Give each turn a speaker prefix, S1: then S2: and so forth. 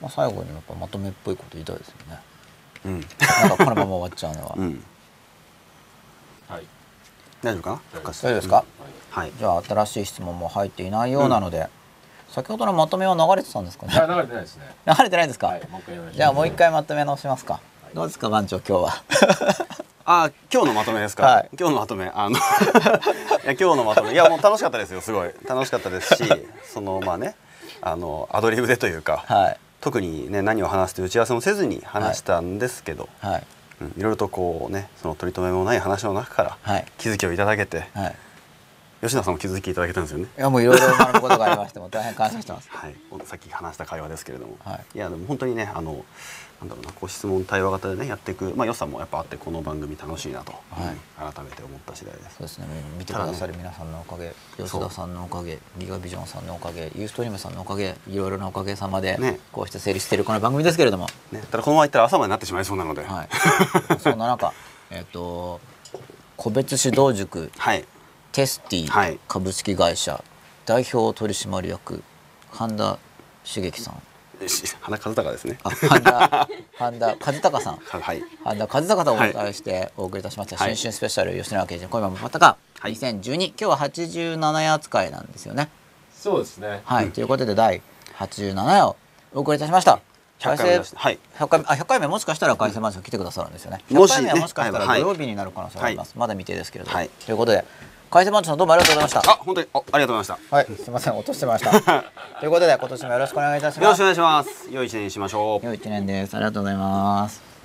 S1: まあ、最後にやっぱまとめっぽいこと言いたいですよね
S2: うん、
S1: なんかこのまま終わっちゃうのは、
S2: うん、
S3: はい
S2: 大丈夫かな
S3: 大丈夫
S2: 深瀬
S1: 大丈夫ですか、
S2: はい
S1: じゃあ新しい質問も入っていないようなので、先ほどのまとめは流れてたんですかね
S3: いや流れてないですね
S1: 流れてないですか、
S3: はいもう一回やりましょう
S1: じゃあもう一回まとめ直しますか、どうですか番長今日は
S2: あ今日のまとめですか、
S1: はい
S2: 今日のまとめあの いや今日のまとめいやもう楽しかったですよすごい楽しかったですしそのまあねあのアドリブでというか、
S1: はい
S2: 特にね何を話すという打ち合わせもせずに話したんですけど、
S1: はい
S2: うん、いろいろとこうねその取り留めもない話の中から、
S1: はい
S2: 気づきをいただけて、
S1: はい
S2: 吉野さんも気づきいただけたんですよね
S1: いやもういろいろ学ぶことがありましてもう大変感謝してます
S2: はい、さっき話した会話ですけれども、、
S1: はい
S2: やでも本当にねあのなんだろうなこう質問対話型でねやっていく、まあ、良さもやっぱあってこの番組楽しいなと、うん改めて思った次第で
S1: そ。
S2: す
S1: うですねもう見てくださる皆さんのおかげ吉田さんのおかげギガビジョンさんのおかげユーストリームさんのおかげいろいろなおかげさまで、
S2: ね
S1: こうして成立しているこの番組ですけれども
S2: ね、ただこのまま行ったら朝までなってしまいそうなので、
S1: は
S2: はい、
S1: い そんな中えっ、と個別指導塾テステ
S2: は
S1: ィ
S2: い
S1: 株式会社代表取締役神田茂樹さ ん
S2: し花和孝ですね。
S1: あ神田神田和孝さん
S2: ははい、
S1: 神田和孝さんをお迎えしてお送りいたしました、
S2: はい
S1: 新春スペシャル吉永刑事の今夜もまたが
S2: はい
S1: 2012、今日は87夜扱いなんですよね
S3: そうですね
S1: はい、ということで第87夜をお送りいたしました
S2: 100回目出してはい
S1: 100回目あ100回目もしかしたら改正マンション来てくださるんですよね
S2: もし
S1: 100回目は
S2: ね
S1: もしかしたら
S2: は
S1: 土
S2: い
S1: 曜日になる可能性があります、まだ未定ですけれども、
S2: はい
S1: ということで改正マンションどうもありがとうございま
S2: あ
S1: し
S2: 本当にあありがとうございました
S1: たはいすいません落としてました ということで今年もよろしくお願いいたし
S2: よろ
S1: ま
S2: し
S1: す
S2: くお願いします。良い一年にしましょう。
S1: 良い一年ですありがとうございます